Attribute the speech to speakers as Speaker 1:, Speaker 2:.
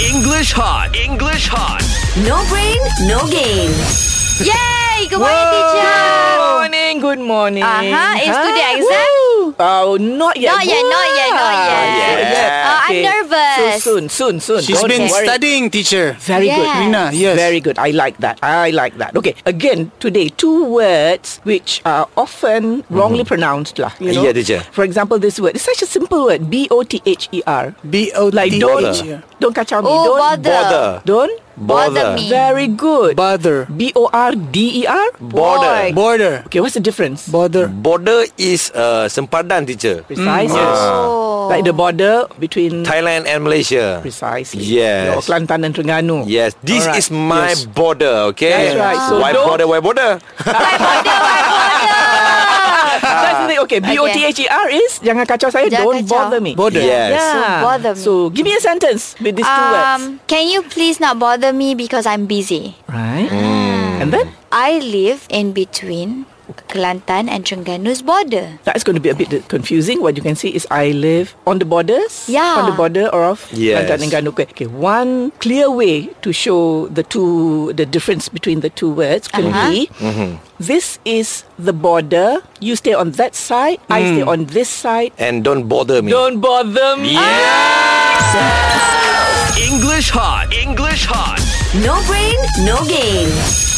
Speaker 1: English hot. English hot.
Speaker 2: No brain, no game. Yay! Good morning, teacher.
Speaker 3: Good morning, good morning.
Speaker 2: Aha, is today
Speaker 3: Ah,
Speaker 2: exam?
Speaker 3: woo. Oh, not yet.
Speaker 2: Not yet, not yet, not yet. Oh, I'm nervous.
Speaker 3: So soon, soon, soon.
Speaker 4: She's
Speaker 3: Don't
Speaker 4: been
Speaker 3: worry.
Speaker 4: studying, teacher.
Speaker 3: Very good.
Speaker 2: Yeah.
Speaker 4: Rina, yes.
Speaker 3: Very good. I like that. I like that. Okay. Again, today, two words which are often
Speaker 4: Mm-hmm.
Speaker 3: wrongly pronounced. Lah, you know?
Speaker 5: Yeah, teacher.
Speaker 3: For example, this word. It's such a simple word. B-O-T-H-E-R.
Speaker 4: B O
Speaker 3: E Like
Speaker 4: T
Speaker 3: don't,
Speaker 4: H E R.
Speaker 3: don't kacau me.
Speaker 2: Oh,
Speaker 3: don't,
Speaker 2: bother.
Speaker 5: Bother.
Speaker 3: Don't.
Speaker 2: Bother
Speaker 5: Bother.
Speaker 2: me.
Speaker 3: Very good.
Speaker 4: Bother.
Speaker 3: B-O-R-D-E-R?
Speaker 5: Border.
Speaker 4: Border.
Speaker 3: E Okay, what's the difference?
Speaker 4: Border.
Speaker 5: Border is uh, sempadan, teacher.
Speaker 3: Precise.
Speaker 5: Mm.
Speaker 2: Oh.
Speaker 3: Like the border between
Speaker 5: Thailand and Malaysia.
Speaker 3: precisely.
Speaker 5: Yes.
Speaker 3: Your Kelantan and Terengganu.
Speaker 5: Yes, this
Speaker 3: Alright.
Speaker 5: is my border, okay?
Speaker 3: That's right. So
Speaker 5: why
Speaker 3: don't-
Speaker 5: border? Why border?
Speaker 3: That's the thing. Ah. Okay, B O T H E R is jangan kacau saya.
Speaker 2: Jangan
Speaker 3: don't
Speaker 2: kacau.
Speaker 3: bother me.
Speaker 4: Border.
Speaker 5: Yes.
Speaker 3: Yeah.
Speaker 2: Don't bother me.
Speaker 3: So give me a sentence with these two words.
Speaker 2: Um, can you please not bother me because I'm busy?
Speaker 3: Right.
Speaker 5: Hmm.
Speaker 3: And then
Speaker 2: I live in between Kelantan and Trengganu's border.
Speaker 3: that's going to be a bit confusing. What you can see is I live on the borders.
Speaker 2: Yeah.
Speaker 3: On the border of Kelantan
Speaker 5: Yes.
Speaker 3: and Terengganu. Okay. okay. One clear way to show the two, the difference between the two words can
Speaker 2: Uh-huh.
Speaker 3: be. This is the border. You stay on that side. I stay on this side.
Speaker 5: And don't bother me.
Speaker 3: Don't bother me.
Speaker 1: English hot. English hot.
Speaker 2: No brain, no game.